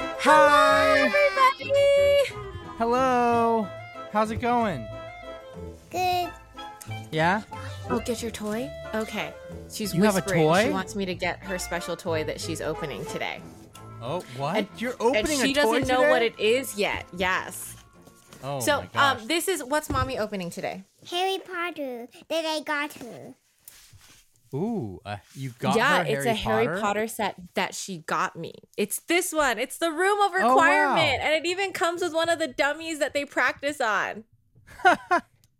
Hi. everybody. Hello. How's it going? Good. Yeah. Oh, get your toy. Okay. She's You have a whispering. She toy? wants me to get her special toy that she's opening today. Oh, what? And- You're opening and she a toy doesn't know today? what it is yet. Yes. Oh so, my gosh. um, this is what's mommy opening today. Harry Potter that I got her. Ooh, uh, you got um, yeah, her it's Harry a Harry Potter set that she got me. It's this one. It's the Room of Oh, wow. Requirement, and it even comes with one of the dummies that they practice on.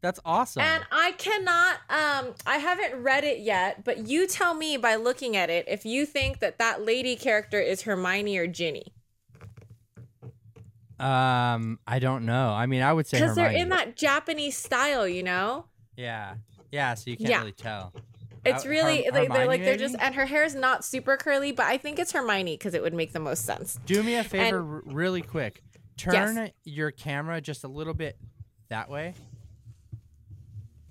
That's awesome. And I cannot, um, I haven't read it yet, but you tell me by looking at it if you think that that lady character is Hermione or Ginny. um, I don't know. I mean, I would say Because they're in Hermione. that Japanese style, you know? Yeah. Yeah. So you can't Yeah. really tell. It's Her- really, Her- like, they're like, Hermione, they're just, maybe? and her hair is not super curly, but I think it's Hermione because it would make the most sense. Do me a favor, r- really quick. Turn your camera just a little bit that way.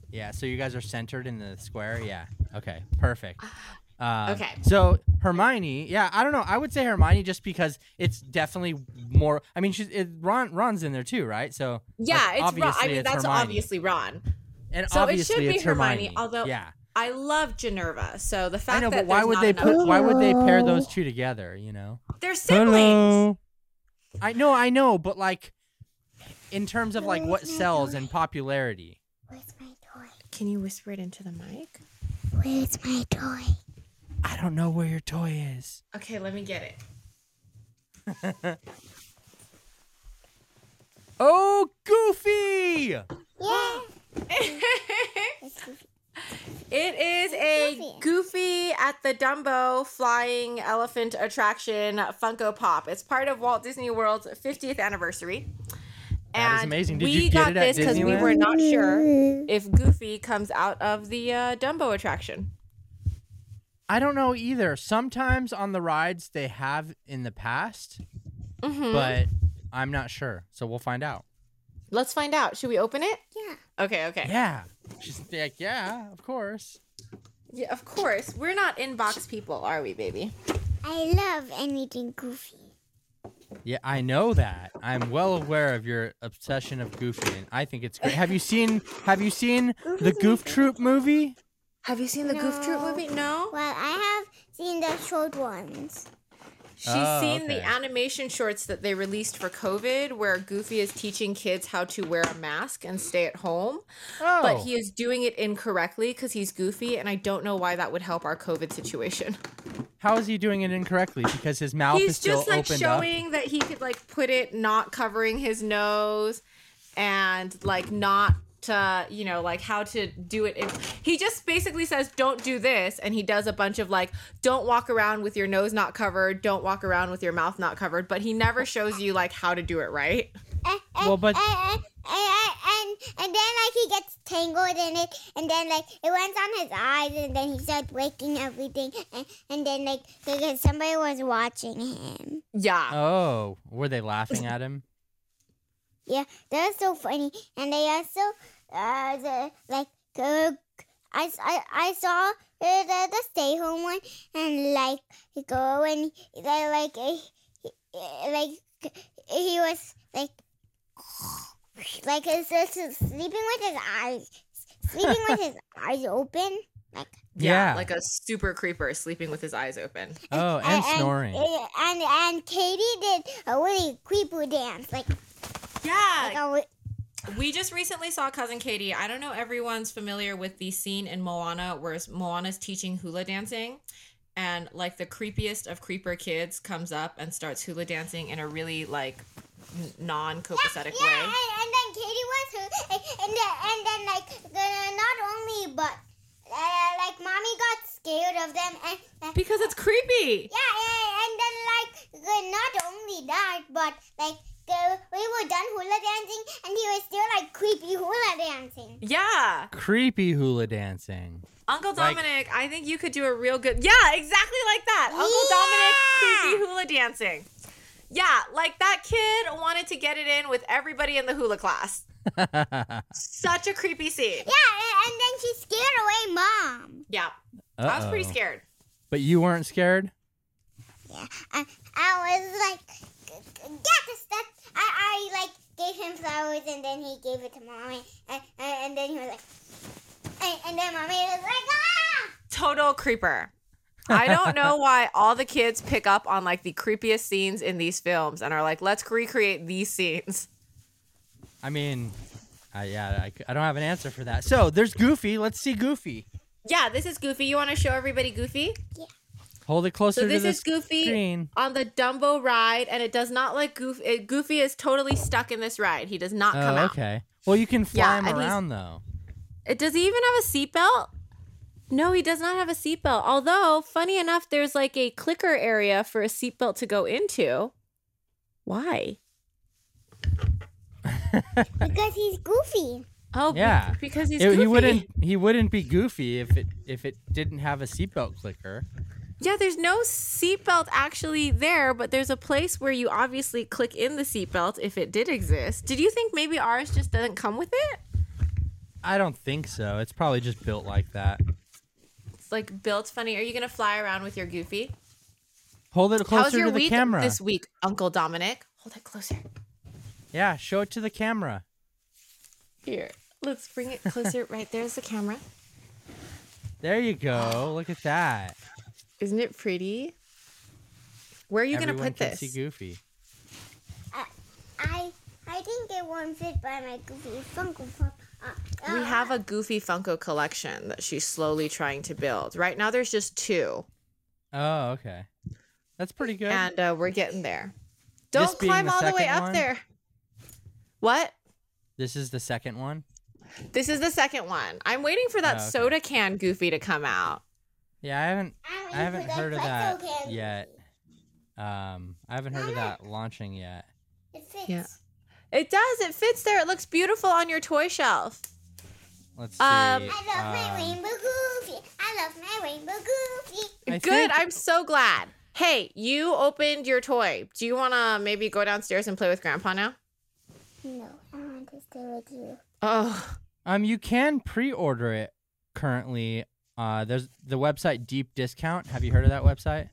Yeah, so you guys are centered in the square. Yeah. Okay. Perfect. Um, Ah, Okay. So Hermione, yeah, I don't know. I would say Hermione just because it's definitely more. I mean, she's it, Ron. Ron's in there too, right? So Yeah, like, it's Ron. I obviously mean, it's that's Hermione. obviously Ron. and so it should obviously be it's Hermione, Hermione. although- yeah, I love Generva. So the fact I know, that but why there's would not they another- put? Why would they pair those two together? You know. They're siblings. I know, I know, but like, in terms of like what sells and popularity. Where's my toy? Can you whisper it into the mic? Where's my toy? I don't know where your toy is. Okay, let me get it. Oh, Goofy! Yeah. It is a Goofy at the Dumbo Flying Elephant Attraction Funko Pop. It's part of Walt Disney World's 50th anniversary. That is And amazing. Did we you get got it at this because we Disneyland? were not sure if Goofy comes out of the uh, Dumbo attraction. I don't know either. Sometimes on the rides they have in the past, Mhm. but I'm not sure. So we'll find out. Let's find out. Should we open it? Yeah. Okay, okay. Yeah. She's like, yeah, of course. Yeah, of course. We're not inbox people, are we, baby? I love anything goofy. Yeah, I know that. I'm well aware of your obsession of Goofy, and I think it's great. Have you seen Have you seen the Goof Troop movie? Have you seen the Goof Troop No. movie? No. Well, I have seen the short ones. She's Oh, seen okay. the animation shorts that they released for COVID where Goofy is teaching kids how to wear a mask and stay at home, Oh, but he is doing it incorrectly because he's Goofy, and I don't know why that would help our COVID situation. how is he doing it incorrectly? Because his mouth is he's still just like opened up. showing that he could like put it not covering his nose and like not uh, you know like how to do it in- he just basically says don't do this and he does a bunch of like don't walk around with your nose not covered don't walk around with your mouth not covered but he never shows you like how to do it right Eh, eh, Well, but- eh, eh, eh, eh, and and then like he gets tangled in it, and then like it went on his eyes, and then he started breaking everything, and, and then like because somebody was watching him. yeah Oh, were they laughing at him? Yeah, that was so funny. And they also, uh, the, like, uh, I, I, I saw uh, the, the stay home one, and like, he go and they like, uh, he, uh, like, he was like, like his, his, his sleeping with his eyes, sleeping with his eyes open. yeah, Yeah. like a super creeper sleeping with his eyes open Oh, and snoring. And, and and Katie did a really creepy dance, like, yeah like a, We just recently saw Cousin Katie. I don't know everyone's familiar with the scene in Moana where Moana's teaching hula dancing and like the creepiest of creeper kids comes up and starts hula dancing in a really like n- non-copacetic Yeah, way. and, and then Katie was who, and and then, and then like the, not only but uh, like mommy got scared of them, and uh, Because it's creepy. yeah, and, and then like the, not only that but like the, we were done hula dancing, and he was still like creepy hula dancing. Yeah. Creepy hula dancing. Uncle Like- Dominic, I think you could do a real good Yeah, exactly like that. Uncle Dominic creepy hula dancing. Yeah, like that kid wanted to get it in with everybody in the hula class. Such a creepy scene. Yeah, and, and then she scared away mom. Yeah. I was pretty Uh-oh. scared. But you weren't scared? Yeah, I, I was like. yeah, that's, that's I, I like gave him flowers and then he gave it to mommy and, and, and then he was like, and, and then mommy was like, ah! total creeper. I don't know why all the kids pick up on like the creepiest scenes in these films and are like, let's recreate these scenes. I mean, I, yeah, I, c- I don't have an answer for that. So there's Goofy. Let's see Goofy. Yeah, this is Goofy. You want to show everybody Goofy? Hold it closer So this to the is Goofy screen. on the Dumbo ride, and it does not like Goofy. It, Goofy is totally stuck in this ride. He does not come oh, out. okay. Well, you can fly Yeah, him and he's- around though. It, does he even have a seatbelt? No, he does not have a seatbelt. Although, funny enough, there's like a clicker area for a seatbelt to go into. Why? because he's goofy. Oh, be- Yeah. because he's It- goofy. he wouldn't. He wouldn't be Goofy if it if it didn't have a seatbelt clicker. Yeah, there's no seatbelt actually there, but there's a place where you obviously click in the seatbelt if it did exist. Did you think maybe ours just doesn't come with it? I don't think so. It's probably just built like that. It's like built funny. Are you gonna fly around with your Goofy? Hold it How's closer your to the week camera. this week, Uncle Dominic? Hold it closer. Yeah, show it to the camera. Here, let's bring it closer. right there's the camera. There you go. Look at that. Isn't it pretty? Where are you Everyone gonna put can this? See Goofy. Uh, I I think it won't fit by my goofy Funko Pop. Uh, We uh, have a Goofy Funko collection that she's slowly trying to build. Right now, there's just two, Oh, okay. That's pretty good. and uh, we're getting there. This Don't being climb the all the way second up one? there. What? this is the second one. This is the second one. I'm waiting for that Oh, okay. soda can Goofy to come out. Yeah, I haven't. I'm I haven't into the heard of that pretzel can. yet. Um, I haven't heard of Mama. that launching yet. It fits. Yeah. It does. It fits there. It looks beautiful on your toy shelf. Let's see. Um, I love my um, rainbow goofy. I love my rainbow goofy. I Good. think- I'm so glad. Hey, you opened your toy. Do you want to maybe go downstairs and play with Grandpa now? No, I want to stay with you. Oh, Um, you can pre-order it currently. Uh, there's the website Deep Discount. Have you heard of that website?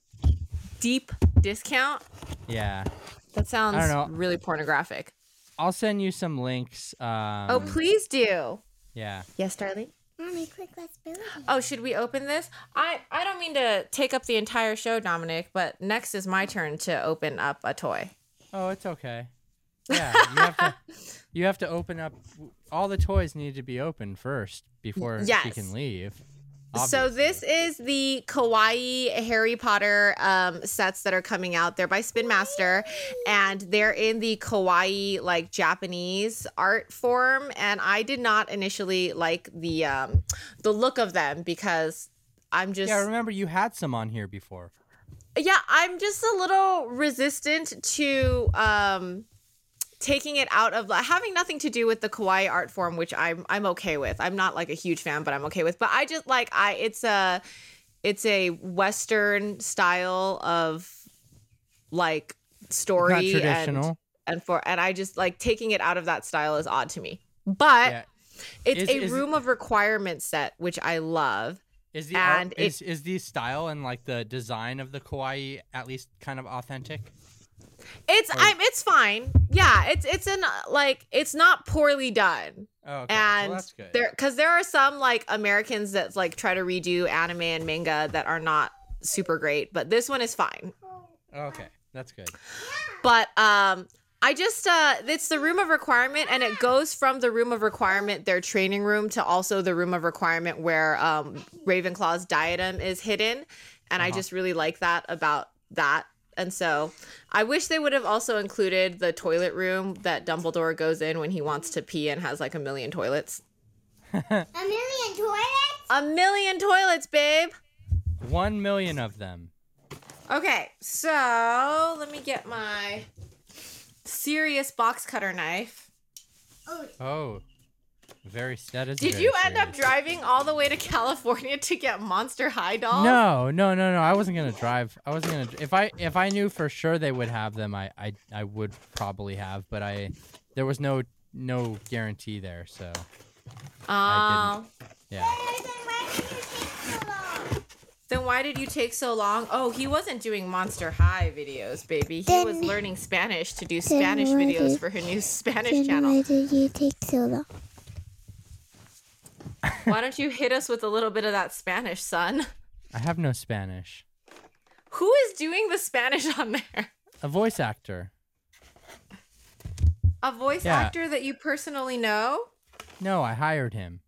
deep discount. Yeah, That sounds I don't know. really pornographic. I'll send you some links. Um, oh, please do. Yeah. Yes, darling. Mommy, quick, let's build it. Oh, should we open this? I I don't mean to take up the entire show, Dominic, but next is my turn to open up a toy. Oh, it's okay. Yeah, you have to. You have to open up. All the toys need to be opened first before she Yes. can leave. So this is the kawaii Harry Potter um, sets that are coming out. They're by Spin Master, and they're in the kawaii like Japanese art form. And I did not initially like the um, the look of them because I'm just Yeah, remember you had some on here before. yeah i'm just a little resistant to um taking it out of having nothing to do with the kawaii art form which i'm i'm okay with i'm not like a huge fan but i'm okay with but i just like i it's a it's a western style of like story Not and- traditional. and, for and i just like taking it out of that style is odd to me but yeah. it's Is- a is- room of requirements set which i love Is the art- and it- is is the style and like the design of the kawaii at least kind of authentic? It's I'm it's fine. Yeah, it's it's an uh, like it's not poorly done. Oh, okay. And well, that's good. there cuz there are some like Americans that like try to redo anime and manga that are not super great, but this one is fine. Oh. okay, that's good. But um I just uh it's the room of requirement and it goes from the room of requirement their training room to also the room of requirement where um Ravenclaw's diadem is hidden and I Uh-huh. just really like that about that. And so I wish they would have also included the toilet room that Dumbledore goes in when he wants to pee and has like a million toilets. A million toilets? A million toilets, babe. One million of them. Okay, so let me get my serious box cutter knife. Oh, Oh, very that is. Did very you end up serious. driving all the way to California to get Monster High dolls? No, no, no, no. I wasn't gonna drive. I wasn't gonna. If I if I knew for sure they would have them, I I, I would probably have. But I, there was no no guarantee there. So Um, yeah. Uh, then why did you take so long? then then why did you take so long? Oh, he wasn't doing Monster High videos, baby. He was Then- learning Spanish to do Spanish why videos did- for her new Spanish Then channel. why did you take so long? Why don't you hit us with a little bit of that Spanish, son? I have no Spanish. Who is doing the Spanish on there? A voice actor. A voice Yeah. actor that you personally know? No, I hired him.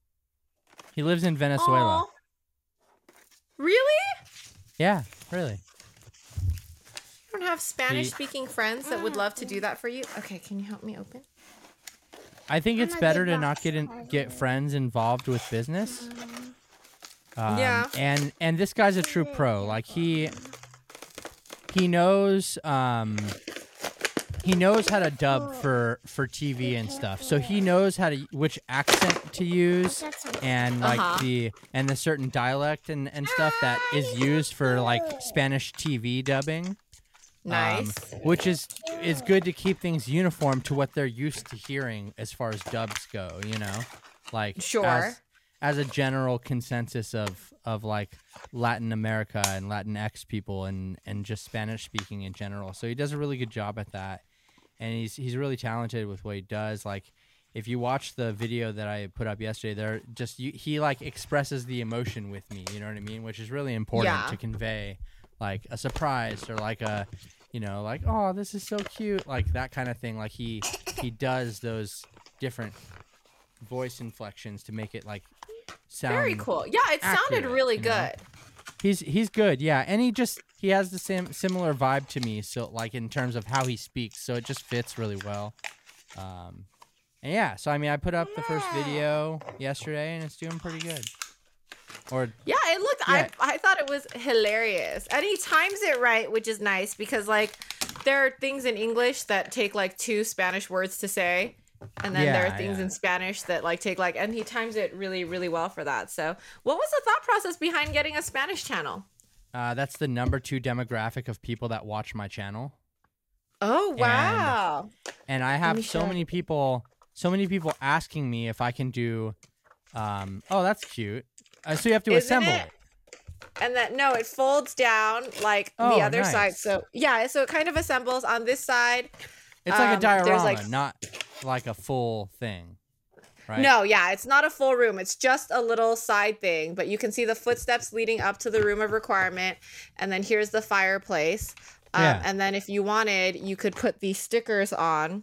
He lives in Venezuela. Aw. Really? Yeah, really. You don't have Spanish speaking friends that Mm. would love to do that for you? Okay, can you help me open? I think it's a better good to not Mm-hmm. boss. get in, I get friends involved with business. Um, Yeah. And and this guy's a true pro. Like he he knows um he knows how to dub for for TV and stuff. So he knows how to which accent to use and like Uh-huh. the and the certain dialect and and stuff that is used for like Spanish TV dubbing. um, Nice. which is is good to keep things uniform to what they're used to hearing as far as dubs go. You know, like Sure. as, as a general consensus of of like Latin America and Latinx people and and just Spanish speaking in general. So he does a really good job at that, and he's he's really talented with what he does. Like. If you watch the video that I put up yesterday, there just you, he like expresses the emotion with me. You know what I mean, which is really important Yeah. to convey, like a surprise or like a you know like oh this is so cute like that kind of thing like he he does those different voice inflections to make it like sound Very cool. Yeah, it sounded Um, accurate, really you good. know? he's he's good yeah and he just he has the same similar vibe to me so like in terms of how he speaks so it just fits really well um and yeah so i mean i put up the first video yesterday and it's doing pretty good or Yeah, it looked. Yeah. I I thought it was hilarious, and he times it right, which is nice because like there are things in English that take like two Spanish words to say, and then there Yeah, are things yeah. in Spanish that like take like, and he times it really really well for that. So, what was the thought process behind getting a Spanish channel? uh, that's the number two demographic of people that watch my channel Oh wow! and I have so show many people, so many people asking me if I can do. Um, oh, that's cute. Uh, so you have to Isn't assemble it? it? And that no, it folds down like Oh, the other nice. side. So yeah, so it kind of assembles on this side. It's like a Um, there's, diorama, like- not like a full thing, right? No, yeah, it's not a full room. It's just a little side thing, but you can see the footsteps leading up to the room of requirement, and then here's the fireplace. Um, Yeah. And then if you wanted, you could put the stickers on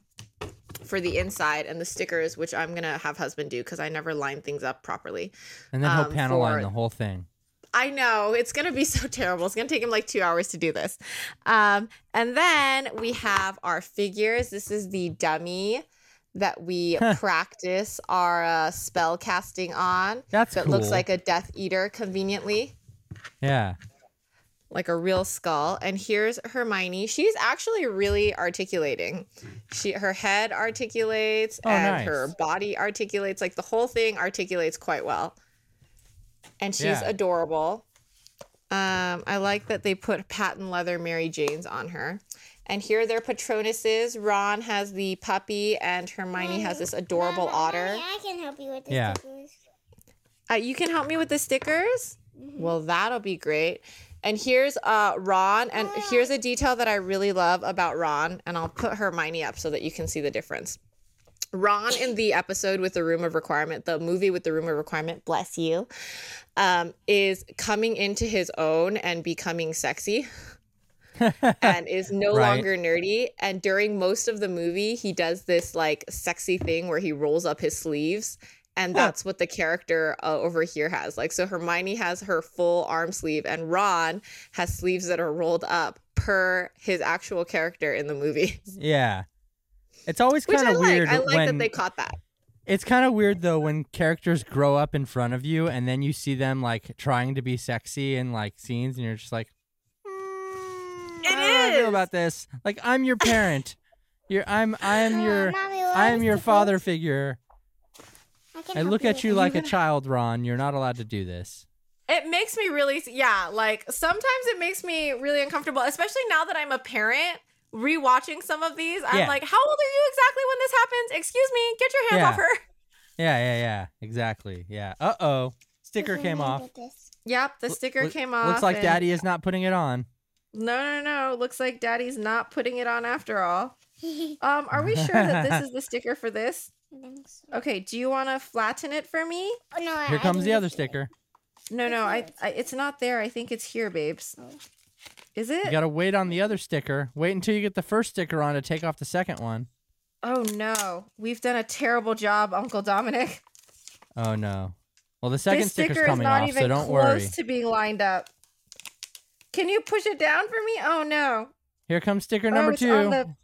for the inside and the stickers, which I'm gonna have husband do because I never line things up properly. and then he'll um, panel line for- the whole thing. I know it's gonna be so terrible. It's gonna take him like two hours to do this. Um, and then we have our figures. This is the dummy that we practice our uh, spell casting on. That's so it cool. looks like a Death Eater, conveniently, yeah. like a real skull. And here's Hermione. She's actually really articulating. She her head articulates Oh, and nice. her body articulates. Like the whole thing articulates quite well. And she's Yeah. adorable. Um, I like that they put patent leather Mary Janes on her. And here are their patronuses. Ron has the puppy, and Hermione has this adorable Mama, otter. Mommy, I can help you with this. Yeah. stickers. Uh, you can help me with the stickers? Well, that'll be great. And here's uh, Ron, and here's a detail that I really love about Ron, and I'll put Hermione up so that you can see the difference. Ron in the episode with the Room of Requirement, the movie with the Room of Requirement, bless you, um, is coming into his own and becoming sexy and is no Right. longer nerdy. And during most of the movie, he does this like sexy thing where he rolls up his sleeves. And that's what the character uh, over here has. Like, so Hermione has her full arm sleeve, and Ron has sleeves that are rolled up per his actual character in the movie. Yeah. It's always Which kind I of like. weird I like when that they caught that. it's kind of weird though when characters grow up in front of you and then you see them like trying to be sexy in like scenes and you're just like "Mm, It I don't know how I is. feel about this. Like I'm your parent. You're I'm I'm Mama, your mommy, will I I'm have your stickers? father figure. I, can I help look at you with like a child, Ron. You're not allowed to do this. It makes me really, yeah, like sometimes it makes me really uncomfortable, especially now that I'm a parent. Rewatching some of these, I'm Yeah. like, how old are you exactly when this happens? Excuse me, get your hands Yeah. off her. Yeah, yeah, yeah. Exactly. Yeah. Uh oh. Sticker came off. Yep, the sticker Look- came off. Looks like and- Daddy is not putting it on. No, no, no. Looks like Daddy's not putting it on after all. Um, are we sure that this is the sticker for this? Okay. Do you want to flatten it for me? Oh, Here comes the other sticker. No, no. I, It's I, it's not there. I think it's here, babes. Oh. Is You it? gotta wait on the other sticker. Wait until you get the first sticker on to take off the second one. Oh no, we've done a terrible job, Uncle Dominic. Oh no. Well, the second this sticker's sticker is coming not off, even so don't close worry. to being lined up. Can you push it down for me? Oh no. Here comes sticker Oh, number it's two. on the-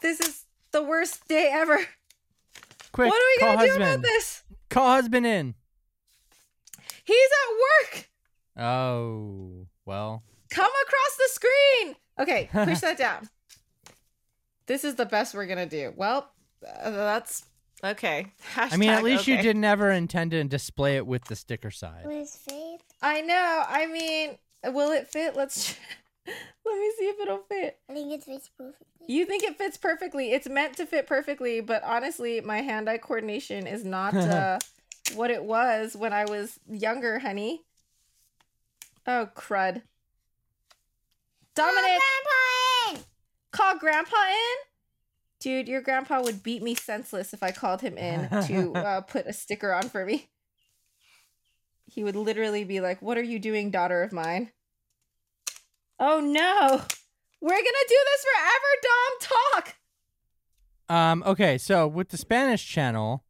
This is the worst day ever. Quick, what are we call gonna do husband. about this? Call husband in. He's at work. Oh well. Come across the screen. Okay, push that down. This is the best we're gonna do. Well, uh, that's okay. I mean, Hashtag at least you okay. did never intend to display it with the sticker side. With faith. I know. I mean, will it fit? Let's let me see if it'll fit. I think it fits perfectly. You think it fits perfectly. It's meant to fit perfectly, but honestly, my hand-eye coordination is not uh, what it was when I was younger, honey. Oh crud! Dominic, Oh, Grandpa in! call Grandpa in. Dude, your grandpa would beat me senseless if I called him in to uh, put a sticker on for me. He would literally be like, What are you doing, daughter of mine? Oh no! We're gonna do this forever, Dom Talk! Um, okay, so with the Spanish channel,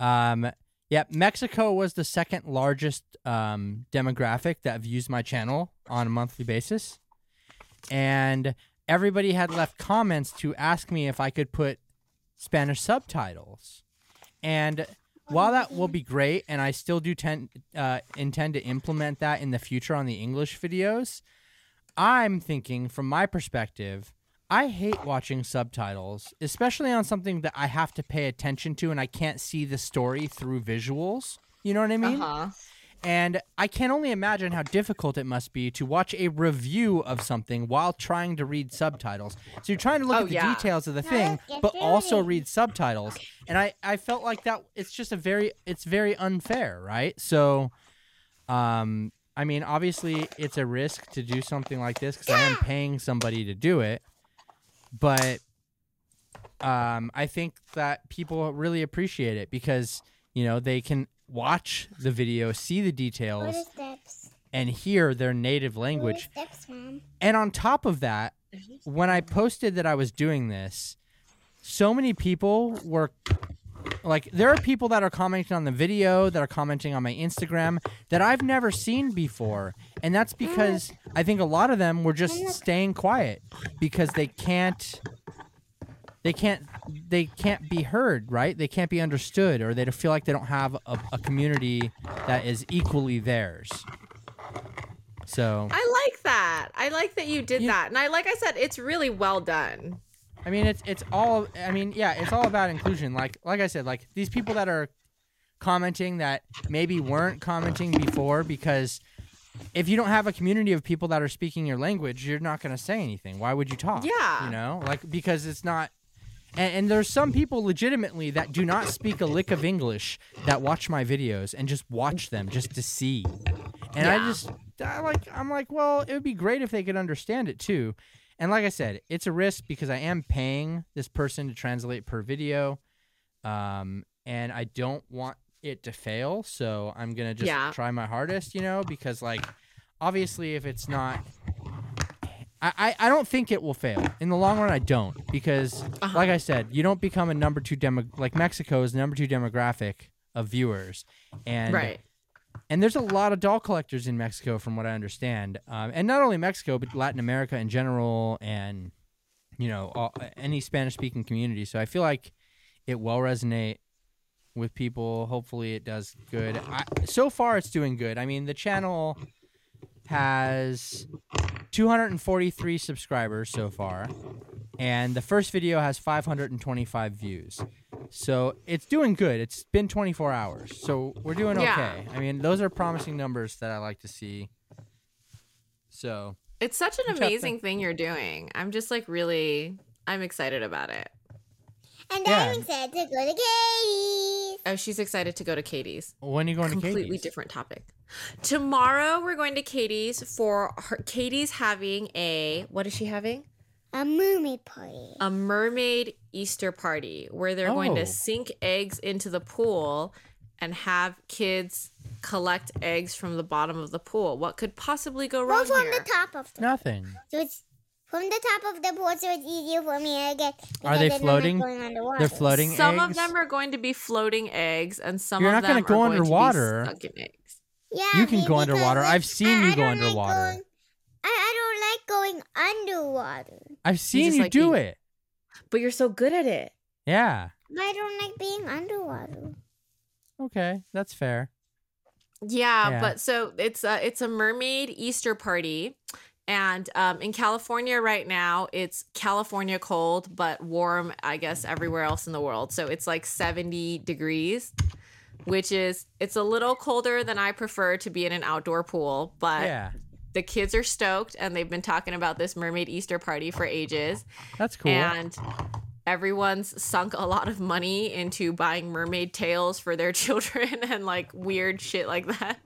um, yeah, Mexico was the second largest um, demographic that views my channel on a monthly basis. And everybody had left comments to ask me if I could put Spanish subtitles. And while that will be great, and I still do tend, uh, intend to implement that in the future on the English videos, I'm thinking from my perspective, I hate watching subtitles, especially on something that I have to pay attention to and I can't see the story through visuals. You know what I mean? Uh-huh. And I can only imagine how difficult it must be to watch a review of something while trying to read subtitles. So you're trying to look Oh, at the yeah. details of the No, thing, yes, but there also is. read subtitles. And I, I felt like that it's just a very it's very unfair, right? So um I mean obviously it's a risk to do something like this cuz I am paying somebody to do it. But um I think that people really appreciate it because you know they can watch the video, see the What are details steps? and hear their native What are language. steps, Mom? And on top of that, when I posted that I was doing this, so many people were like, there are people that are commenting on the video, that are commenting on my Instagram that I've never seen before. And that's because I think a lot of them were just staying quiet because they can't. They can't, they can't be heard, right? They can't be understood, or they don't feel like they don't have a, a community that is equally theirs. So I like that. I like that you did You- that. And I like I said, it's really well done. I mean, it's it's all. I mean, yeah, it's all about inclusion. Like like I said, like these people that are commenting that maybe weren't commenting before because if you don't have a community of people that are speaking your language, you're not going to say anything. Why would you talk? Yeah. you know, like because it's not. And, and there's some people legitimately that do not speak a lick of English that watch my videos and just watch them just to see. And I Yeah. just I like I'm like, well, it would be great if they could understand it too. And like I said, it's a risk because I am paying this person to translate per video, um, and I don't want it to fail. So I'm gonna just Yeah. try my hardest, you know, because like obviously if it's not. I, I, I don't think it will fail in the long run. I don't because, Uh-huh. like I said, you don't become a number two demo like Mexico is the number two demographic of viewers, and right. and there's a lot of doll collectors in Mexico, from what I understand, um, and not only Mexico, but Latin America in general, and you know, all, any Spanish-speaking community. So I feel like it will resonate with people. Hopefully, it does good. I, so far, it's doing good. I mean, the channel has 243 subscribers so far, and the first video has 525 views. So it's doing good. It's been 24 hours, so we're doing okay. Yeah. I mean, those are promising numbers that I like to see. So It's such an Good job, thank amazing thing you're doing. I'm just like really I'm excited about it. And Yeah. I'm excited to go to Katie's. Oh, she's excited to go to Katie's. When are you going to completely Katie's? different topic. Tomorrow we're going to Katie's for her. Katie's having a what is she having? A mermaid party. A mermaid Easter party where they're going Oh. to sink eggs into the pool and have kids collect eggs from the bottom of the pool. What could possibly go Well, wrong from here? the top of the Nothing. so it's from the top of the pool, so it's easier for me to get. Are because they then I'm not floating? going underwater. They're floating Some eggs. of them are going to be floating eggs, and some You're not of them gonna are go going underwater. to be stuck in eggs. Yeah, You can be- go because underwater. it- I've seen I- you I go don't like underwater. going- I, I don't like going underwater, I've seen just you like do eat. it. But you're so good at it. Yeah. but I don't like being underwater. Okay, that's fair. Yeah, Yeah. but so it's a it's a mermaid Easter party, and um, in California right now it's California cold but warm. I guess everywhere else in the world, so it's like seventy degrees, which is it's a little colder than I prefer to be in an outdoor pool. But yeah, the kids are stoked, and they've been talking about this mermaid Easter party for ages. that's cool. And everyone's sunk a lot of money into buying mermaid tails for their children and like weird shit like that.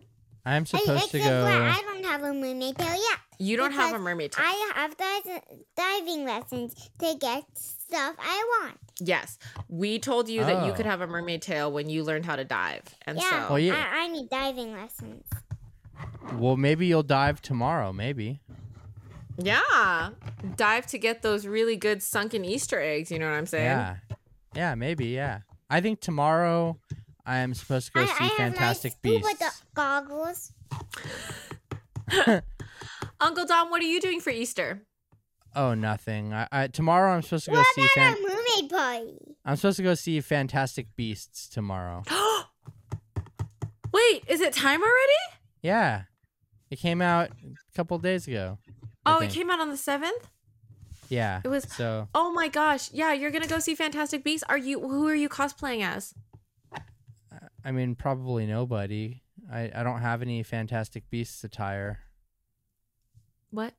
I'm I- supposed Except to for go. I don't have a mermaid tail. Yeah, You don't have a Because mermaid tail. I have di- diving lessons to get stuff I want. yes. We told you that you Oh. could have a mermaid tail when you learned how to dive. And Yeah, so Well, yeah. I, I need diving lessons. Well, maybe you'll dive tomorrow. Maybe. Yeah. Dive to get those really good sunken Easter eggs, you know what I'm saying? Yeah. Yeah, maybe. Yeah. I think tomorrow I am supposed to go I, see I have Fantastic my scuba Beasts. do- goggles. Uncle Dom, what are you doing for Easter? Oh, nothing. I, I tomorrow I'm supposed to go What see. Fan- about a mermaid party? I'm supposed to go see Fantastic Beasts tomorrow. Wait, is it time already? Yeah, it came out a couple days ago. I Oh, it think. came out on the 7th? Yeah. It was So Oh my gosh. Yeah, you're going to go see Fantastic Beasts. Are you who are you cosplaying as? I mean, probably nobody. I, I don't have any Fantastic Beasts attire. What?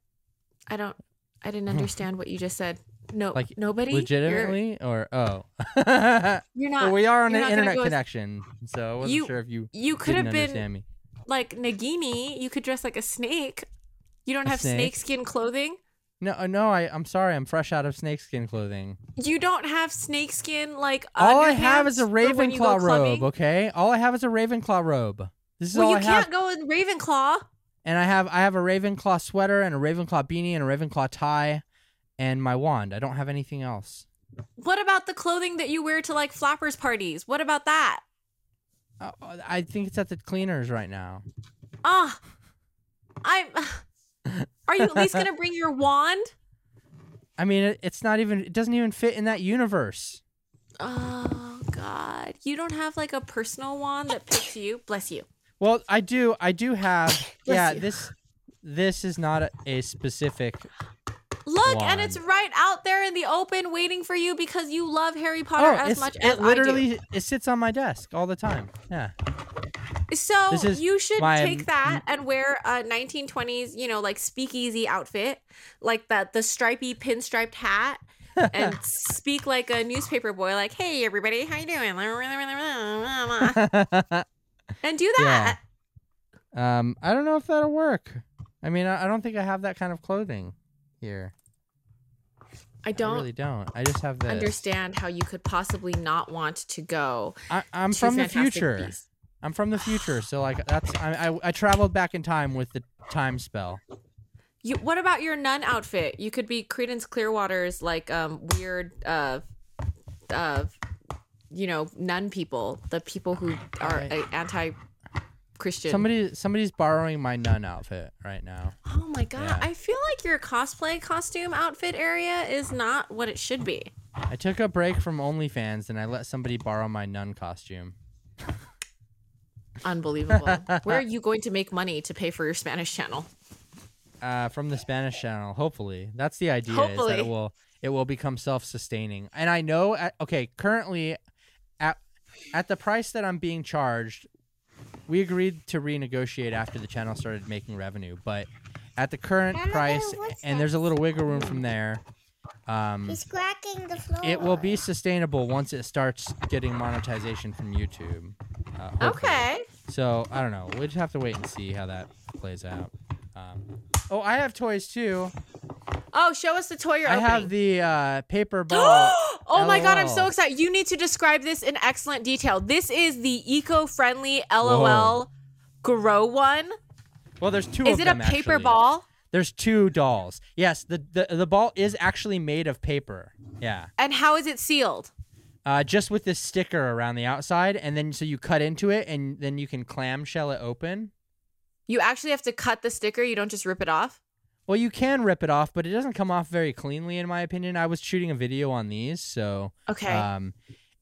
I don't. I didn't understand what you just said. No, Hmm. Like, nobody. Legitimately, or oh, Well, you're, you're not. we are on you're an not gonna internet go as- connection, so I wasn't You sure if you you could didn't have been understand me. like Nagini. You could dress like a snake. You don't A have snake? snake skin clothing. No, uh, no, I I'm sorry. I'm fresh out of snakeskin clothing. You don't have snake skin like. All I have is a underpants for when you go Ravenclaw robe. clubbing? Okay, all I have is a Ravenclaw robe. This is Well, all you I have. can't go in Ravenclaw. and I have I have a Ravenclaw sweater and a Ravenclaw beanie and a Ravenclaw tie and my wand. I don't have anything else. What about the clothing that you wear to like flappers parties? What about that? Uh, I think it's at the cleaners right now. Ah, I'm. Are you at least gonna bring your wand? I mean, it, it's not even it doesn't even fit in that universe. Oh God! You don't have like a personal wand that picks you. Bless you. Well, I do I do have yeah, you. this this is not a, a specific Look, and it's Wand. right out there in the open, waiting for you because you love Harry Potter as Oh, it's- much as it literally it sits on my desk all the time. Yeah. I do. So this is you should my- take that and wear a 1920s, you know, like speakeasy outfit, like that the stripy pinstriped hat, and speak like a newspaper boy, like, "Hey, everybody, how you doing?" and do that. um I don't know if that'll work. I mean, I, I don't think I have that kind of clothing here. I I don't really don't. I just have this. understand how you could possibly not want to go. I, I'm to from the Fantastic future. Beasts. I'm from the future, so like that's I, I I traveled back in time with the time spell. You, what about your nun outfit? You could be Credence Clearwater's like um weird uh uh you know nun people, the people who are Right. uh, anti-Christian. Somebody somebody's borrowing my nun outfit right now. oh my god! Yeah. I feel like your cosplay costume outfit area is not what it should be. I took a break from OnlyFans and I let somebody borrow my nun costume. Unbelievable. Where are you going to make money to pay for your Spanish channel? Uh, from the Spanish channel, hopefully. That's the idea is that Hopefully. it will it will become self-sustaining. And I know at, okay, currently at at the price that I'm being charged, we agreed to renegotiate after the channel started making revenue, but at the current Mama, price what's and that? there's a little wiggle room from there. Um, He's cracking the floor. it will be sustainable once it starts getting monetization from YouTube. Uh, hopefully. Okay. So I don't know. We'll just have to wait and see how that plays out. Um, oh, I have toys too. Oh, show us the toy you're I opening. have the uh, paper ball. oh my god, I'm so LOL. excited. You need to describe this in excellent detail. This is the eco-friendly LOL grow one. well, there's two. Is of it a them, paper actually. ball? There's two dolls. Yes, the, the the ball is actually made of paper. Yeah, And how is it sealed? uh, just with this sticker around the outside, and then so you cut into it, and then you can clamshell it open. You actually have to cut the sticker. You don't just rip it off. Well, you can rip it off, but it doesn't come off very cleanly, in my opinion. I was shooting a video on these, so Okay. um,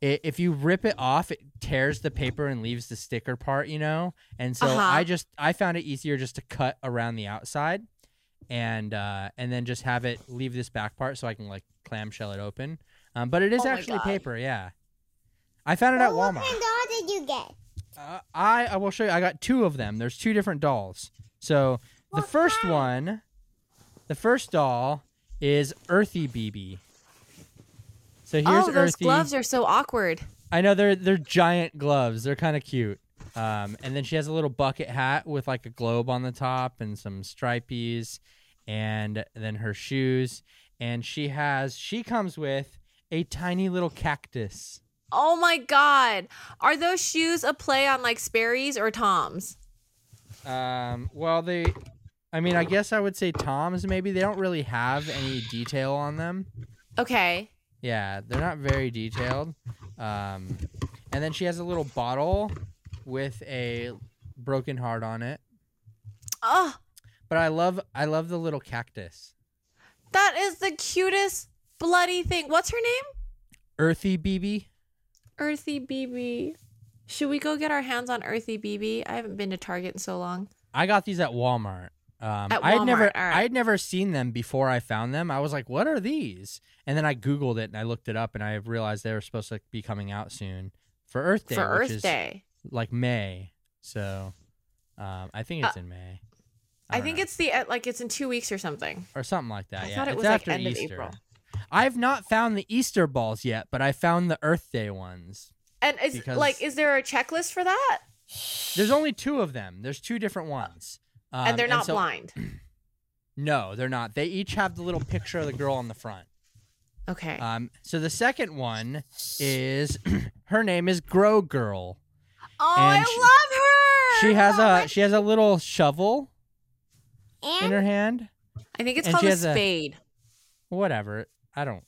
i if you rip it off, it tears the paper and leaves the sticker part, you know. And so Uh-huh. I just I found it easier just to cut around the outside, and uh, and then just have it leave this back part so I can like clamshell it open. Um, but it is Oh my actually God. paper, yeah. I found it at Well, what Walmart. kind of doll did you get? Uh, I I will show you. I got two of them. There's two different dolls. So the first one, the first doll is Earthy BB. So here's oh, those Earthy. gloves are so awkward. I know they're they're giant gloves. They're kind of cute. Um, and then she has a little bucket hat with like a globe on the top and some stripies, and then her shoes. And she has she comes with a tiny little cactus. Oh my god. Are those shoes a play on like Sperry's or Tom's? Um, well, they, I mean, I guess I would say Tom's maybe. They don't really have any detail on them. Okay. Yeah, they're not very detailed. Um, and then she has a little bottle with a broken heart on it. Oh, But I love, I love the little cactus. that is the cutest bloody thing. What's her name? Earthy BB. Earthy BB. Should we go get our hands on Earthy BB? I haven't been to Target in so long. I got these at Walmart. Um, At I had never, Walmart, all right. I had never seen them before. I found them. I was like, "What are these?" And then I Googled it and I looked it up and I realized they were supposed to be coming out soon for Earth Day, for which Earth is Day. like May. So um, I think it's in May. Uh, I, don't think know. it's the uh, like it's in 2 weeks or something. or something like that. I yeah, thought it it's was, like, after end of Easter. April. I've not found the Easter balls yet, but I found the Earth Day ones. And is Because- like is there a checklist for that? There's only two of them. There's two different ones, um, and they're not so- blind. No, they're not. They each have the little picture of the girl on the front. Okay. Um, so the second one is her name is Grow Girl. oh, and I she- love her. She has I love a she has a little shovel in And her hand. her. I think it's and called she a has a- spade. Whatever. I don't.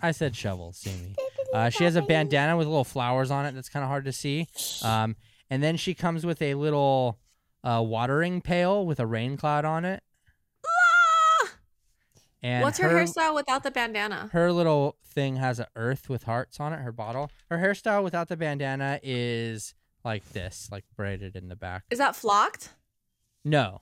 I said shovel. See me. Uh, she has a bandana with little flowers on it. That's kind of hard to see. Um, and then she comes with a little uh, watering pail with a rain cloud on it. And Ah! What's her, her hairstyle without the bandana? her little thing has an earth with hearts on it. Her bottle. Her hairstyle without the bandana is like this, like braided in the back. Is that flocked? No,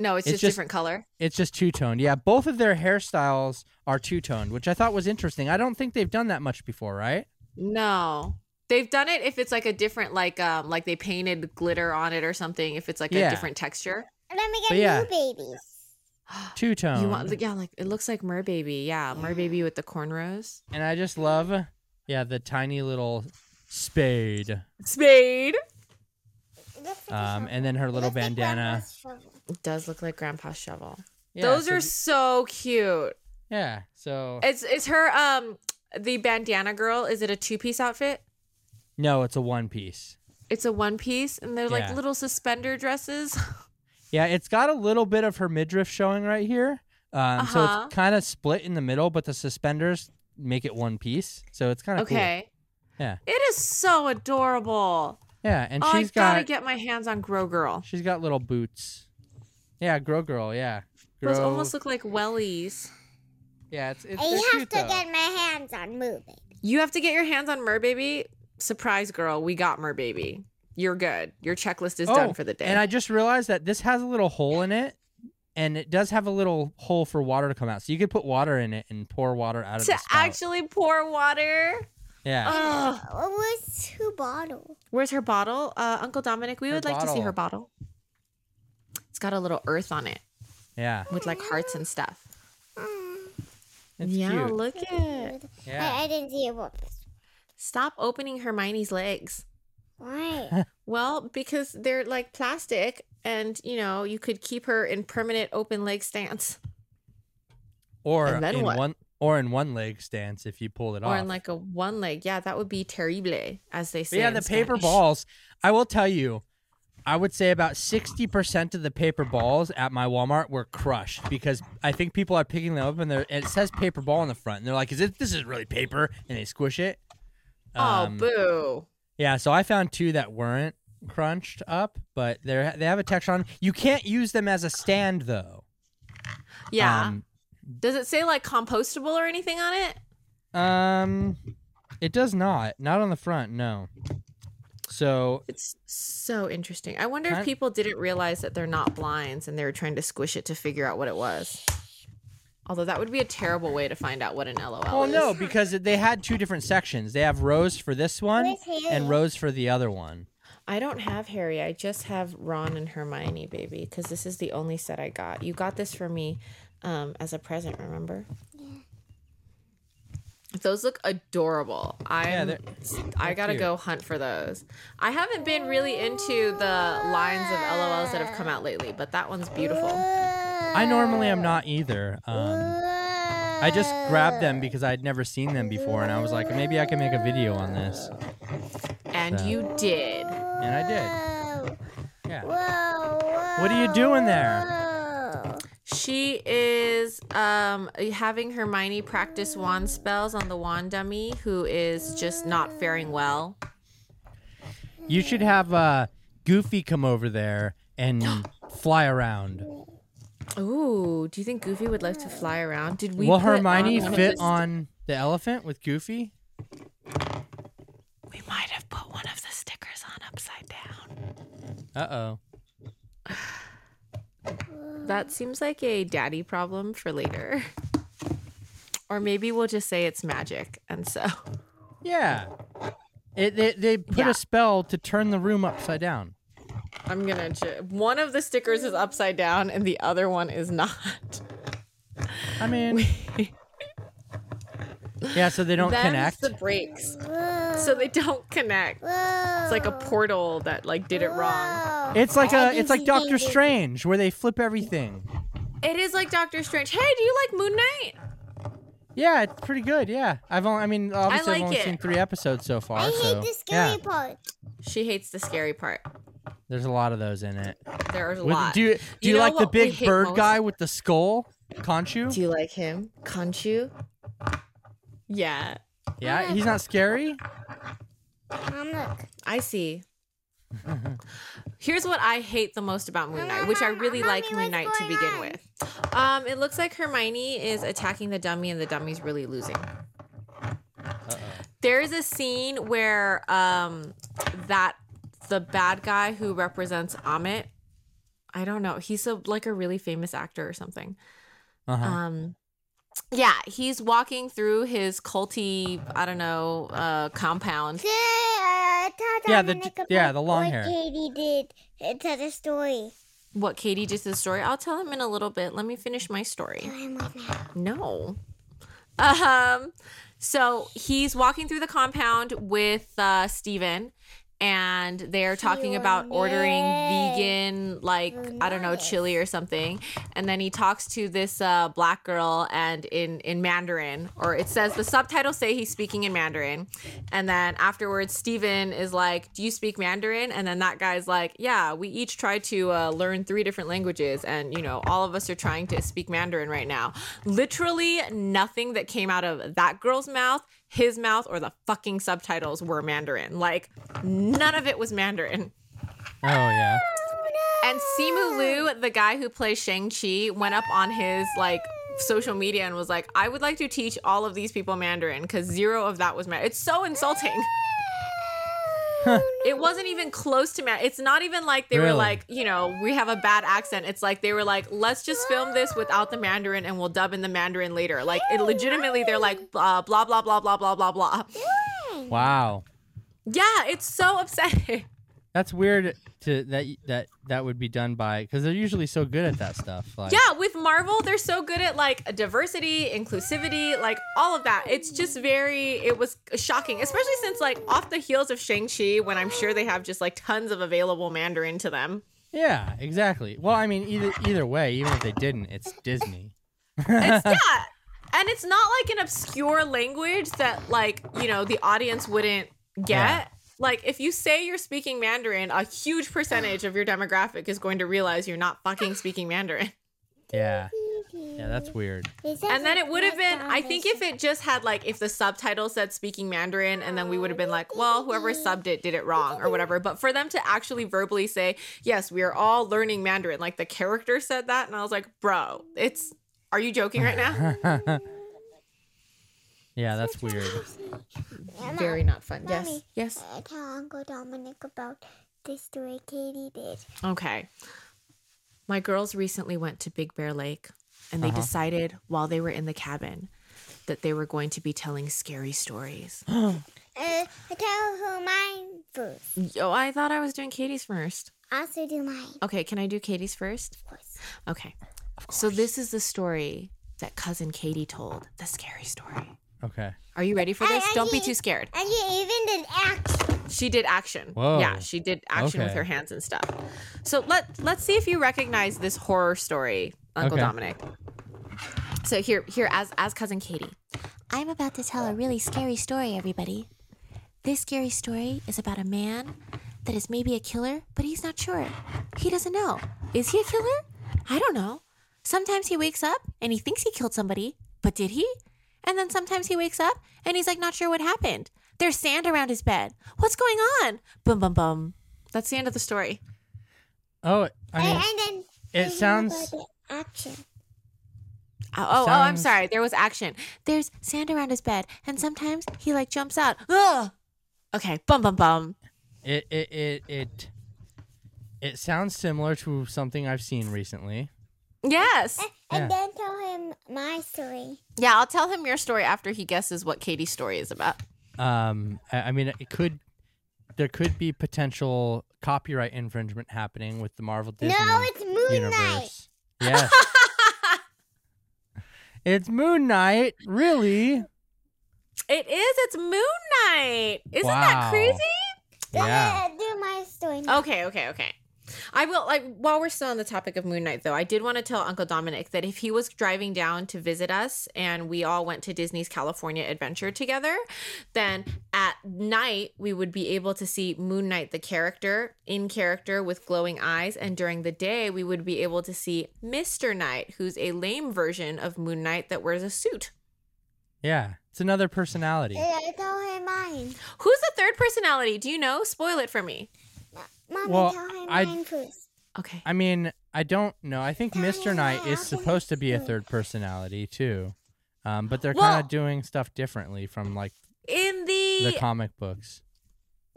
No, it's, It's just, just- different color. It's just two toned. Yeah, both of their hairstyles are two toned, which I thought was interesting. I don't think they've done that much before, right? No. They've done it if it's like a different like um like they painted glitter on it or something if it's like Yeah. a different texture. let me But get yeah. new babies. Two You toned. want yeah, like it looks like Merbaby. Yeah, Merbaby with the cornrows. and I just love, yeah, the tiny little spade, Spade. It looks like a um, shovel. and then her It little looks like bandana. Grandpa's shovel. It does look like Grandpa's shovel. Yeah, Those so are Eh th- so cute. yeah. So It's is her um the bandana girl, is it a two piece outfit? no, it's a one piece. It's a one piece and they're like Yeah. little suspender dresses. Yeah, it's got a little bit of her midriff showing right here. Um, So Uh-huh. it's kind of split in the middle, but the suspenders make it one piece. So it's kind of okay. Yeah. It is so adorable. Cool. Yeah, and oh, I she's gotta got get my hands on Grow Girl. She's got little boots. Yeah, grow girl. Yeah, grow. Those almost look like wellies. yeah, it's it's I they're have cute to though. get my hands on Moo Baby. You have to get your hands on Merbaby. Surprise, girl, we got Merbaby. You're good. Your checklist is done for the day. Oh, And I just realized that this has a little hole in it, and it does have a little hole for water to come out. So you could put water in it and pour water out of to the spout. actually uh, pour water. yeah. Ugh. What was who bottle? Where's her bottle? Uh, Uncle Dominic, we Her would like to see her bottle. bottle. It's got a little earth on it yeah. with like hearts and stuff. Mm. It's yeah, cute. look it. Yeah. I, I didn't see it. What? Stop opening Hermione's legs. Why? Well, because they're like plastic and, you know, you could keep her in permanent open leg stance Or And then in what? one or in one leg stance if you pull it or off. in like a one leg. Yeah, that would be terrible, as they say. But yeah, in the paper Spanish. balls. I will tell you, I would say about sixty percent of the paper balls at my Walmart were crushed because I think people are picking them up and they're and it says paper ball on the front and they're like, "Is it? This is really paper?" And they squish it. Oh, Um, boo. Yeah, so I found two that weren't crunched up, but they are they have a texture on. 'em. You can't use them as a stand though. Yeah. Um, Does it say like compostable or anything on it? um, it does not. Not on the front. No. So It's so interesting. I wonder Kind- if people didn't realize that they're not blinds and they were trying to squish it to figure out what it was. Although that would be a terrible way to find out what an LOL Well, is. Oh, no, because they had two different sections. They have rows for this one Where's Harry? and rows for the other one. I don't have Harry. I just have Ron and Hermione, baby, because this is the only set I got. You got this for me um, as a present, remember? Those look adorable. I Yeah, am they're- I gotta cute. go hunt for those. I haven't been really into the lines of LOLs that have come out lately, but that one's beautiful. I normally am not either. Um, I just grabbed them because I'd never seen them before, and I was like, maybe I can make a video on this, And So- you did. and I did. Whoa, Yeah. whoa, whoa. What are you doing there? whoa. She is um, having Hermione practice wand spells on the wand dummy, who is just not faring well. You should have uh, Goofy come over there and fly around. Ooh, do you think Goofy would like to fly around? Did we? Will put Hermione on one of fit the- on the elephant with Goofy? We might have put one of the stickers on upside down. Uh oh. That seems like a daddy problem for later. Or maybe we'll just say it's magic, and so Yeah. It, they, they put Yeah. a spell to turn the room upside down. I'm gonna. Ch- one of the stickers is upside down, and the other one is not. I mean, yeah, so they don't Them's connect. the breaks, so they don't connect. It's like a portal that like did it wrong. It's like I a, can it's like see Doctor things. Strange where they flip everything. It is like Doctor Strange. Hey, do you like Moon Knight? Yeah, it's pretty good. Yeah, I've only, I mean, obviously like I've only it. seen three episodes so far. I hate so the scary yeah, part. She hates the scary part. there's a lot of those in it. There's a With- lot. do you, do you, know like the what we big hate bird most? guy with the skull, Conchu? Do you like him? Conchu? Yeah, yeah, he's not scary. Mom, look. I see. Here's what I hate the most about Moon Knight, which I really Mommy, like Moon what's Knight to going begin on? with. Um, it looks like Hermione is attacking the dummy, and the dummy's really losing. There's a scene where um, that the bad guy who represents Amit, I don't know, he's a like a really famous actor or something. Uh-huh. Um, yeah, he's walking through his culty, I don't know, uh, compound. Yeah, the- yeah, the long hair. Katie did. It's a story. What Katie just the story. I'll tell him in a little bit. Let me finish my story. Tell him right now. No. Um, so he's walking through the compound with uh, Steven and they're talking about ordering Fiona. vegan, like, I don't know, chili or something. And then he talks to this uh, black girl and in, in Mandarin, or it says the subtitles say he's speaking in Mandarin. And then afterwards, Steven is like, Do you speak Mandarin? And then that guy's like, Yeah, we each try to uh, learn three different languages. And, you know, all of us are trying to speak Mandarin right now. Literally nothing that came out of that girl's mouth, his mouth, or the fucking subtitles were Mandarin. Like, none of it was Mandarin. Oh yeah. And Simu Liu, the guy who plays Shang-Chi, went up on his like social media and was like, I would like to teach all of these people Mandarin because zero of that was Mandarin. It's so insulting. it wasn't even close to Mandarin. It's not even like they were Really? like, you know, we have a bad accent. It's like they were like, let's just film this without the Mandarin and we'll dub in the Mandarin later. Like, it legitimately, they're like, uh, blah, blah, blah, blah, blah, blah, blah. Wow. Yeah, it's so upsetting. That's weird to that that that would be done by because they're usually so good at that stuff. Like, Yeah, with Marvel, they're so good at like diversity, inclusivity, like all of that. It's just very, it was shocking, especially since like off the heels of Shang-Chi, when I'm sure they have just like tons of available Mandarin to them. yeah, exactly. Well, I mean, either either way, even if they didn't, it's Disney. It's, yeah. And it's not like an obscure language that like, you know, the audience wouldn't get. Yeah. Like if you say you're speaking Mandarin, a huge percentage of your demographic is going to realize you're not fucking speaking Mandarin. Yeah, yeah, that's weird. And then it would have been, I think, if it just had like, if the subtitle said speaking Mandarin, and then we would have been like, well, whoever subbed it did it wrong or whatever. But for them to actually verbally say, yes, we are all learning Mandarin, like the character said that. And I was like, bro, it's, are you joking right now? Yeah, that's weird. Very not fun. Yes. Mommy. Yes. Uh, tell Uncle Dominic about the story Katie did. Okay. My girls recently went to Big Bear Lake and they decided while they were in the cabin that they were going to be telling scary stories. Uh, tell who mine first. Yo, I thought I was doing Katie's first. Also do mine. Okay, can I do Katie's first? Of course. Okay. So this is the story that cousin Katie told, the scary story. Okay. Are you ready for I- this? I Don't be did- too scared. And you even did action. She did action. Whoa. Yeah, she did action with Okay. her hands and stuff. So let let's see if you recognize this horror story, Uncle Okay. Dominic. So here here as as cousin Katie. I'm about to tell a really scary story, everybody. This scary story is about a man that is maybe a killer, but he's not sure. He doesn't know. Is he a killer? I don't know. Sometimes he wakes up and he thinks he killed somebody, but did he? And then sometimes he wakes up and he's like not sure what happened. There's sand around his bed. What's going on? Bum bum bum. That's the end of the story. Oh, I mean, and then it tell him sounds- about the action. Uh, Oh, oh, oh, I'm Sounds- sorry. There was action. There's sand around his bed, and sometimes he like jumps out. Ugh. Okay, bum bum bum. it it it it it sounds similar to something I've seen recently. Yes. Yeah. And then tell him my story. Yeah, I'll tell him your story after he guesses what Katie's story is about. Um, I, I mean, it could there could be potential copyright infringement happening with the Marvel Disney no, it's Moon Knight. universe. Yes. it's Moon Knight, really? It is. It's Moon Knight. Isn't that Wow. crazy? Then, Yeah. uh, do my story. now. Okay, okay, okay. I will like while we're still on the topic of Moon Knight though, I did want to tell Uncle Dominic that if he was driving down to visit us and we all went to Disney's California Adventure together, then at night we would be able to see Moon Knight the character in character with glowing eyes and during the day we would be able to see Mr. Knight, who's a lame version of Moon Knight that wears a suit. Yeah, it's another personality. Eh. Uh, tell him mine. Who's the third personality? Do you know? Spoil it for me. Mommy, Well, tell him I- mine first. Okay. I mean, I don't know. I think Mr. Knight is supposed to be a third personality too, um, but they're kind Well- of doing stuff differently from like In the comic books.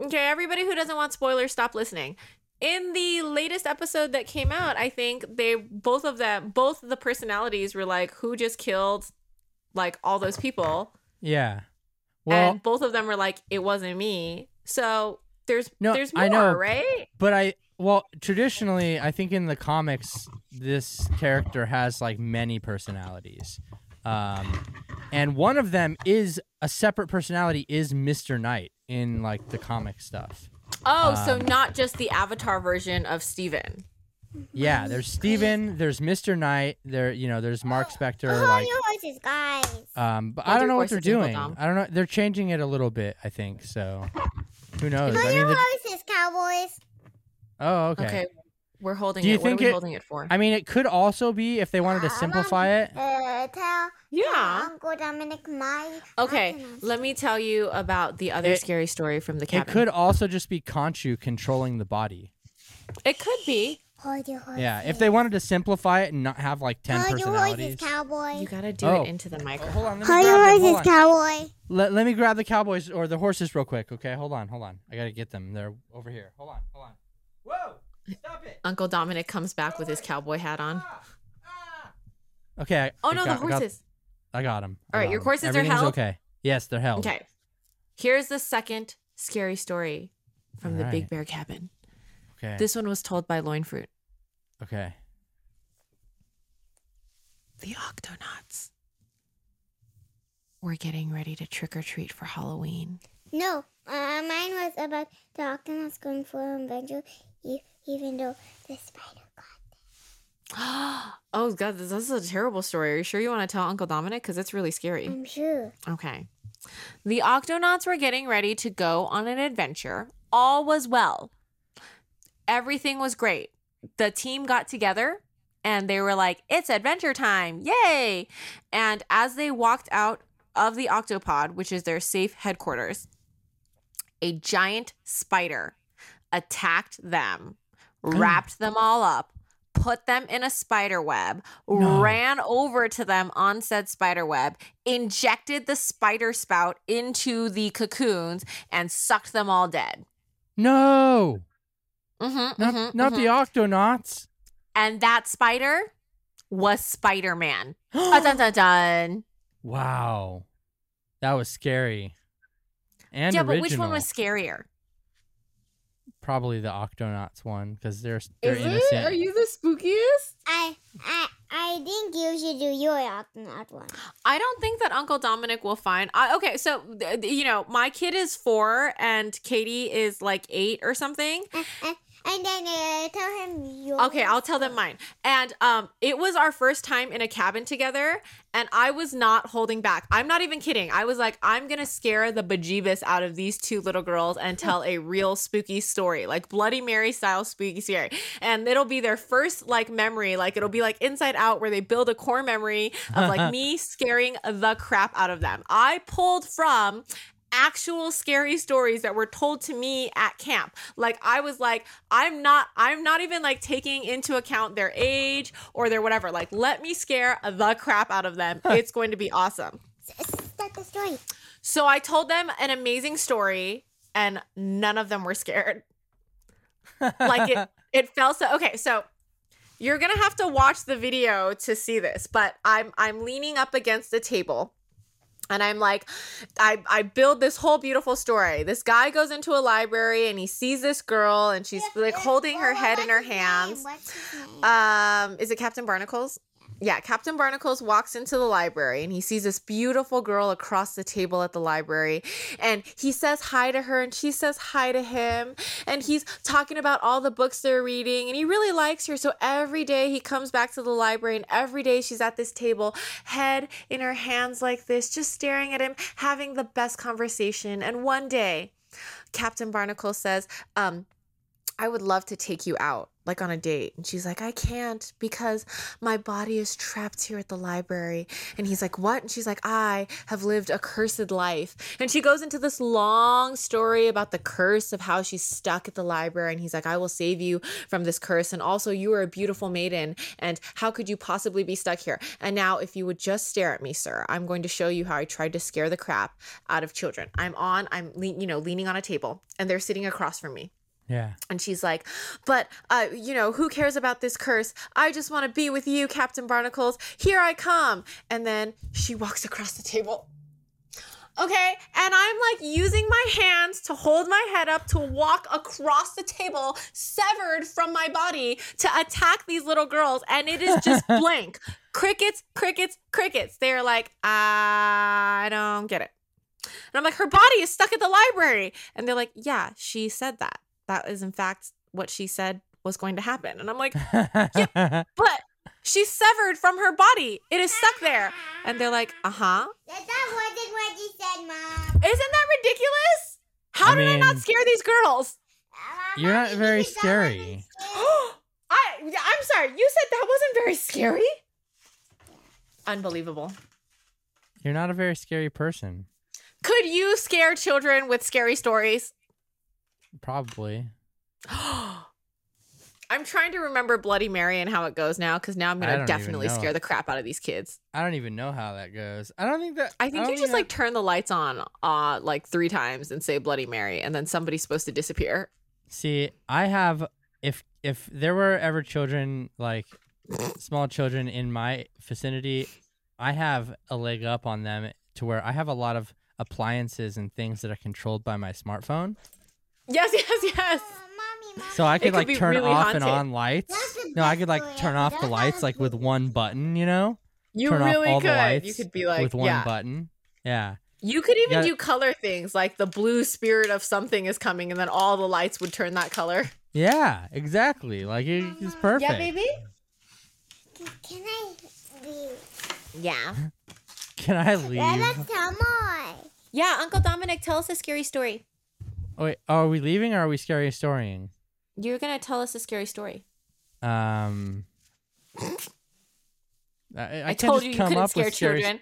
Okay, everybody who doesn't want spoilers, stop listening. In the latest episode that came out, I think they both of them, both the personalities were like, who just killed like all those people? Yeah. Well, and both of them were like, it wasn't me. So there's No, there's more, I know. right? but I well traditionally I think in the comics this character has like many personalities, um, and one of them is a separate personality is Mr. Knight in like the comic stuff. Oh, so Um, not just the avatar version of Steven. Yeah, there's Steven, there's Mr. Knight, there you know there's Mark Spector. Uh-huh, Hold like Oh, your horses, guys. Um, but Hold I don't your know what they're horses, Uncle doing. Dom. I don't know. They're changing it a little bit, I think. So, who knows? Hold I mean, Oh, your the, horses, cowboys. oh, okay. uh, Okay. We're holding Do you it. What are think we it- holding it for? I mean, it could also be if they wanted to Ah, Uh, simplify it. Uh, tell Yeah. Uncle Dominic my. okay, happiness. let me tell you about the other It- scary story from the It cabin. could also just be Conchu controlling the body. it could be. Hold your horses. Yeah, if they wanted to simplify it and not have like ten Hold your horses, personalities. You cowboy. gotta do Oh. it into the Oh, microphone. hold on, let me, Hold grab your them. horses, Hold on. cowboy. Let, let me grab the cowboys or the horses real quick. Okay, hold on, hold on. I gotta get them. They're over here. Hold on, hold on. Whoa! Stop it! Uncle Dominic comes back with his cowboy hat on. Okay. I, Oh I no, got, the horses. I got, I got 'em. I All right, got your 'em. horses are Everything's held? Okay. Yes, they're held. Okay. Here's the second scary story from All the Big right. Bear Cabin. Okay. This one was told by Loinfruit. okay. The Octonauts. We're getting ready to trick or treat for Halloween. No, uh, mine was about the octopus going for an adventure, e- even though the spider got. Oh god, this, this is a terrible story. Are you sure you want to tell Uncle Dominic? Because it's really scary. I'm sure. Okay. The Octonauts were getting ready to go on an adventure. All was well. Everything was great. The team got together and they were like, it's adventure time. Yay. And as they walked out of the Octopod, which is their safe headquarters, a giant spider attacked them, wrapped them all up, put them in a spider web, No. ran over to them on said spider web, injected the spider spout into the cocoons, and sucked them all dead. No, Mm-hmm, not mhm, not mhm. the Octonauts. And that spider was Spider Man. dun dun dun. wow, that was scary. And yeah, original. but which one was scarier? probably the Octonauts one because they're they're is innocent. it? Are you the spookiest? I I I think you should do your octonaut one. I don't think that Uncle Dominic will find. I, okay, so th- th- you know, my kid is four and Katie is like eight or something. Uh, And then uh, tell him your. Okay, I'll tell them mine. And um, it was our first time in a cabin together, and I was not holding back. I'm not even kidding. I was like, I'm gonna scare the bejeebus out of these two little girls and tell a real spooky story, like Bloody Mary style spooky scary. And it'll be their first like memory, like it'll be like Inside Out, where they build a core memory of like me scaring the crap out of them. I pulled from actual scary stories that were told to me at camp. Like I was like, I'm not, I'm not even like taking into account their age or their whatever. Like, let me scare the crap out of them. It's going to be awesome. S- start the story. So I told them an amazing story, and none of them were scared. like it, it felt so. Okay, so you're gonna have to watch the video to see this, but I'm I'm leaning up against the table. And I'm like, I, I build this whole beautiful story. This guy goes into a library and he sees this girl and she's like holding her head in her hands. What's his name? Um, is it Captain Barnacles? Yeah, Captain Barnacles walks into the library and he sees this beautiful girl across the table at the library. And he says hi to her and she says hi to him. And he's talking about all the books they're reading and he really likes her. So every day he comes back to the library and every day she's at this table, head in her hands like this, just staring at him, having the best conversation. And one day, Captain Barnacle says, um, I would love to take you out, like on a date. And she's like, I can't because my body is trapped here at the library. And he's like, What? And she's like, I have lived a cursed life. And she goes into this long story about the curse of how she's stuck at the library. And he's like, I will save you from this curse. And also, you are a beautiful maiden. And how could you possibly be stuck here? And now, if you would just stare at me, sir, I'm going to show you how I tried to scare the crap out of children. I'm on, I'm, le- you know, leaning on a table, and they're sitting across from me. yeah. And she's like, but, uh, you know, who cares about this curse? I just want to be with you, Captain Barnacles. Here I come. And then she walks across the table. Okay. And I'm like using my hands to hold my head up to walk across the table, severed from my body to attack these little girls. And it is just blank crickets, crickets, crickets. They're like, I don't get it. And I'm like, her body is stuck at the library. And they're like, yeah, she said that. That is, in fact, what she said was going to happen. And I'm like, but she's severed from her body. It is stuck there. And they're like, uh huh. That, that wasn't what you said, Isn't Mom. that ridiculous? How I did I not mean- scare these girls? Uh, You're Mom, not you very said that scary. wasn't scary. I, I'm sorry. You said that wasn't very scary. Unbelievable. You're not a very scary person. Could you scare children with scary stories? Probably. I'm trying to remember Bloody Mary and how it goes now because now I'm I going to don't even definitely know. scare the crap out of these kids. I don't even know how that goes. I don't think that. I think you don't just that- like turn the lights on uh like three times and say Bloody Mary and then somebody's supposed to disappear. See, I have if if there were ever children like small children in my vicinity, I have a leg up on them to where I have a lot of appliances and things that are controlled by my smartphone. Yes, yes, yes. Uh, mommy, So I could, could like be turn really off haunted. and on lights. That's the No, I best could way. like turn off the That's lights like with one button, you know? You turn really off all could. the lights you could be like, with one yeah. button. Yeah. You could even gotta- do color things like the blue spirit of something is coming, and then all the lights would turn that color. Yeah, exactly. Like it, it's perfect. Can I leave? Yeah. Can I Yeah, leave? let's tell more. Yeah, Uncle Dominic, tell us a scary story. Oh, wait, are we leaving or are we scary storying? You're going to tell us a scary story. Um I, I, I, can't told just you you come couldn't up scare with scary- children.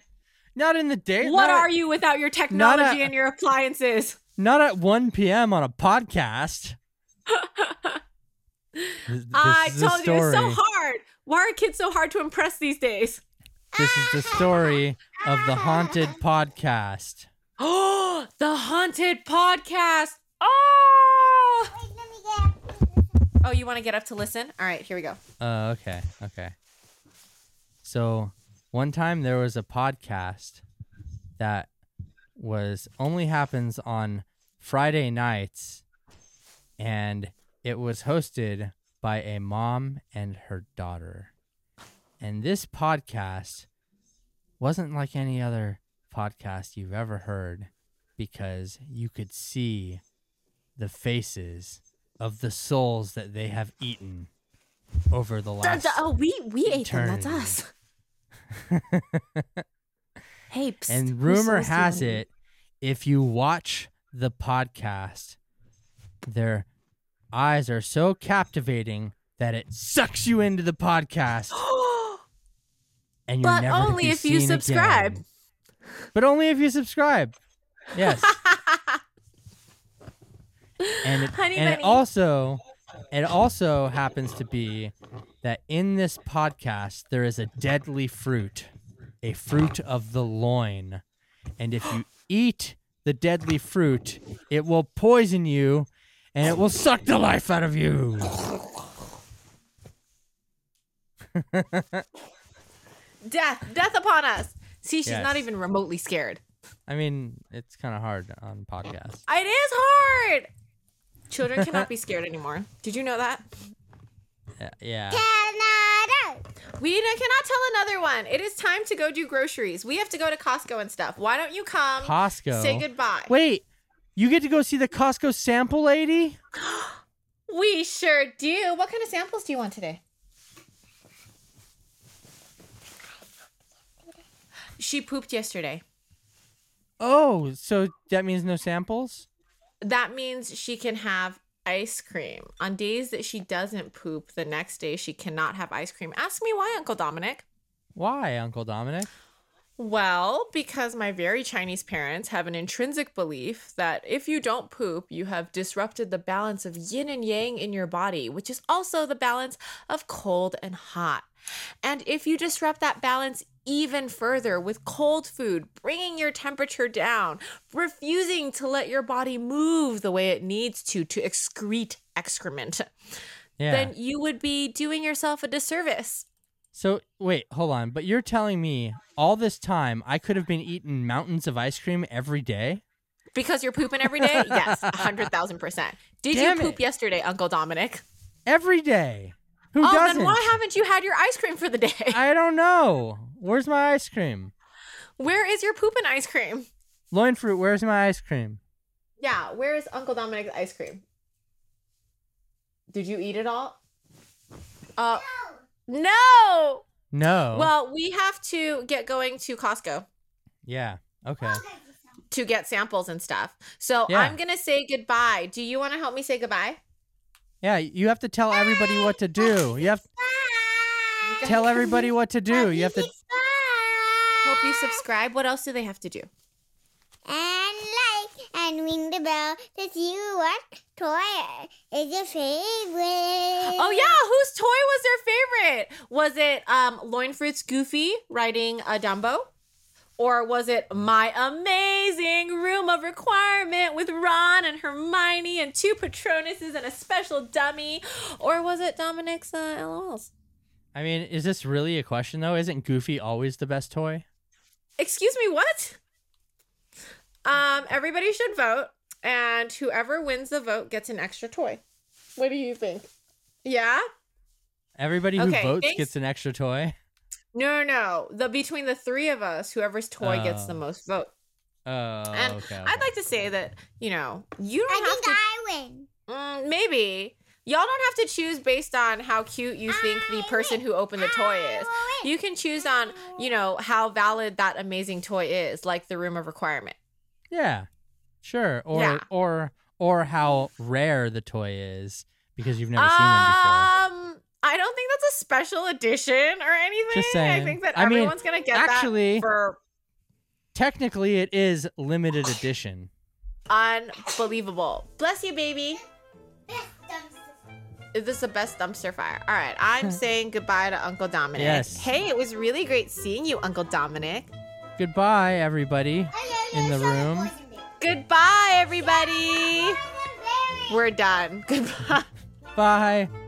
Not in the day. What not are at, you without your not a- technology and your appliances? Not at 1 p.m. on a podcast. This- I this is a told you it's so story. hard. Why are kids so hard to impress these days? This is the story of the haunted podcast. Oh, the haunted podcast. Oh, Ah! Wait, let me get up. oh, you want to get up to listen? All right, here we go. Uh, okay, okay. So one time there was a podcast that was only happens on Friday nights, and it was hosted by a mom and her daughter. And this podcast wasn't like any other podcast you've ever heard because you could see the faces of the souls that they have eaten over the last oh, we, we ate them. That's eternity. us. Hey, psst, And whose rumor souls do you has wanna eat? it, if you watch the podcast, their eyes are so captivating that it sucks you into the podcast, and you're But never to only be if you seen subscribe. again. But only if you subscribe. Yes. and it, Honey and it bunny. also it also happens to be that in this podcast there is a deadly fruit, a fruit of the loin, and if you eat the deadly fruit, it will poison you, and it will suck the life out of you. death, death upon us. See, she's Yes. not even remotely scared. I mean, it's kind of hard on podcasts. It is hard. Children cannot be scared anymore. Did you know that? Uh, Yeah. Canada. We n- cannot tell another one. It is time to go do groceries. We have to go to Costco and stuff. Why don't you come? Costco. Say goodbye. Wait, you get to go see the Costco sample lady? We sure do. What kind of samples do you want today? She pooped yesterday. Oh, so that means no samples? That means she can have ice cream. On days that she doesn't poop, the next day she cannot have ice cream. Ask me why, Uncle Dominic. Why, Uncle Dominic? Well, because my very Chinese parents have an intrinsic belief that if you don't poop, you have disrupted the balance of yin and yang in your body, which is also the balance of cold and hot. And if you disrupt that balance even further with cold food, bringing your temperature down, refusing to let your body move the way it needs to to excrete excrement, Yeah. then you would be doing yourself a disservice. so wait, hold on. But you're telling me all this time I could have been eating mountains of ice cream every day? Because you're pooping every day? Yes, 100,000%. Did Damn you poop it. yesterday, Uncle Dominic? Every day. Who oh, doesn't? then why haven't you had your ice cream for the day? I don't know. Where's my ice cream? where is your pooping ice cream? Loin fruit, where's my ice cream? Yeah, where is Uncle Dominic's ice cream? Did you eat it all? Uh, no. No. Well, we have to get going to Costco yeah. Okay. to get samples and stuff. So Yeah. I'm going to say goodbye. Do you want to help me say goodbye? Yeah, you have to tell everybody what to do. You have Bye. to tell everybody what to do. You have to Bye. Hope you subscribe. What else do they have to do? and like and ring the bell to see what toy is your favorite. Oh yeah, whose toy was their favorite? Was it um Loinfruit's Goofy riding a Dumbo? Or was it my amazing room of requirement with Ron and Hermione and two Patronuses and a special dummy? Or was it Dominic's uh, LOLs? I mean, is this really a question though? Isn't Goofy always the best toy? Excuse me, what? Um, everybody should vote, and whoever wins the vote gets an extra toy. What do you think? Yeah? Everybody who Okay, votes thanks. gets an extra toy. No, no, no. The between the three of us, whoever's toy gets the Oh. most vote. Oh, And okay. I'd like to say that you know you I don't have think to. I win. Mm, maybe y'all don't have to choose based on how cute you think the I person who opened the toy is. I win. You can choose on you know how valid that amazing toy is, like the room of requirement. yeah, sure. Or Yeah. or or how rare the toy is because you've never seen them before. Um, I don't think that's a special edition or anything. I saying. think that I mean, everyone's gonna get actually- that for Technically, it is limited edition. unbelievable. Bless you, baby. Best dumpster. This is the best dumpster fire. All right, I'm saying goodbye to Uncle Dominic. Yes. Hey, it was really great seeing you, Uncle Dominic. Goodbye, everybody. Oh, yeah, In the yeah, it's not a room. poison berry. Goodbye, everybody. Poison berry. We're done. Goodbye. Bye.